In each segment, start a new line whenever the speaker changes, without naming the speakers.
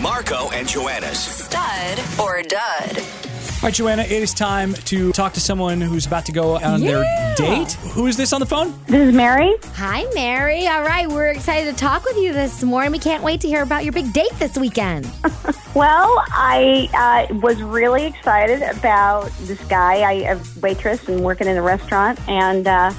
Marco and Joanna's.
Stud or dud?
All right, Joanna, it is time to talk to someone who's about to go on their date. Who is this on the phone?
This is Mary.
Hi, Mary. All right, we're excited to talk with you this morning. We can't wait to hear about your big date this weekend.
Well, I uh, was really excited about this guy. I a waitress and working in a restaurant, and uh,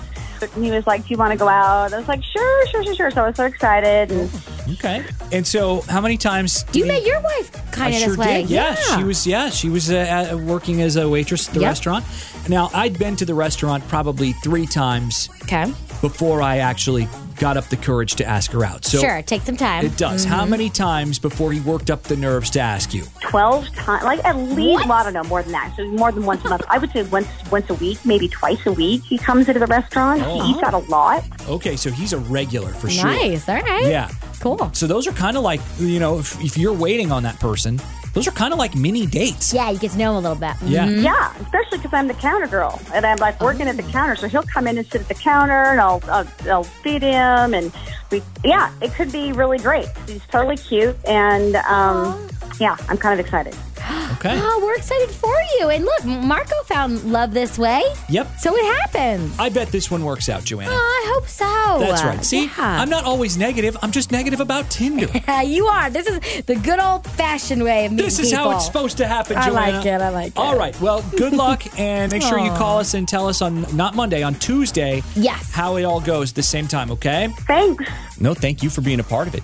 he was like, "Do you want to go out?" I was like, "Sure, sure, sure, sure." So I was so excited, and
Okay. And so, how many times?
You
did
met
he-
your wife
I
kind of
sure
this way.
did. Yeah. she was. Yeah, she was uh, at- working as a waitress at the
Yep.
restaurant. Now, I'd been to the restaurant probably three times
Okay.
before I actually got up the courage to ask her out. So
sure, Mm-hmm. take some time.
It does. How many times before he worked up the nerves to ask you?
twelve times, like at least, well, I don't know, more than that. So more than once a month. I would say once once a week, maybe twice a week. He comes into the restaurant. He eats out a lot.
Okay, so he's a regular for sure.
Nice. All right.
Yeah.
Cool.
So those are kind of like you know if, if you're waiting on that person, those are kind of like mini dates.
Yeah, you get to know him a little bit. Mm-hmm.
Yeah.
Yeah, especially because I'm the counter girl, and I'm like working at the counter. So he'll come in and sit at the counter, and I'll I'll, I'll feed him, and we yeah, it could be really great. He's totally cute, and um, yeah, I'm kind of excited.
Okay.
Oh, we're excited for you. And look, Marco found love this way.
Yep.
So it happens.
I bet this one works out, Joanna.
Oh, I hope so.
That's right. See,
Yeah.
I'm not always negative. I'm just negative about Tinder.
Yeah, you are. This is the good old fashioned way of meeting
this is how it's
people.
supposed to happen,
I
Joanna.
like it. I like it.
All right. Well, good luck, and make sure you call us and tell us on not Monday, on Tuesday.
Yes.
How it all goes the same time. Okay.
Thanks.
No, thank you for being a part of it.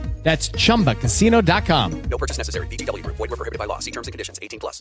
That's chumbacasino.com.
No purchase necessary. VGW Group. Void where prohibited by law. See terms and conditions. 18 plus.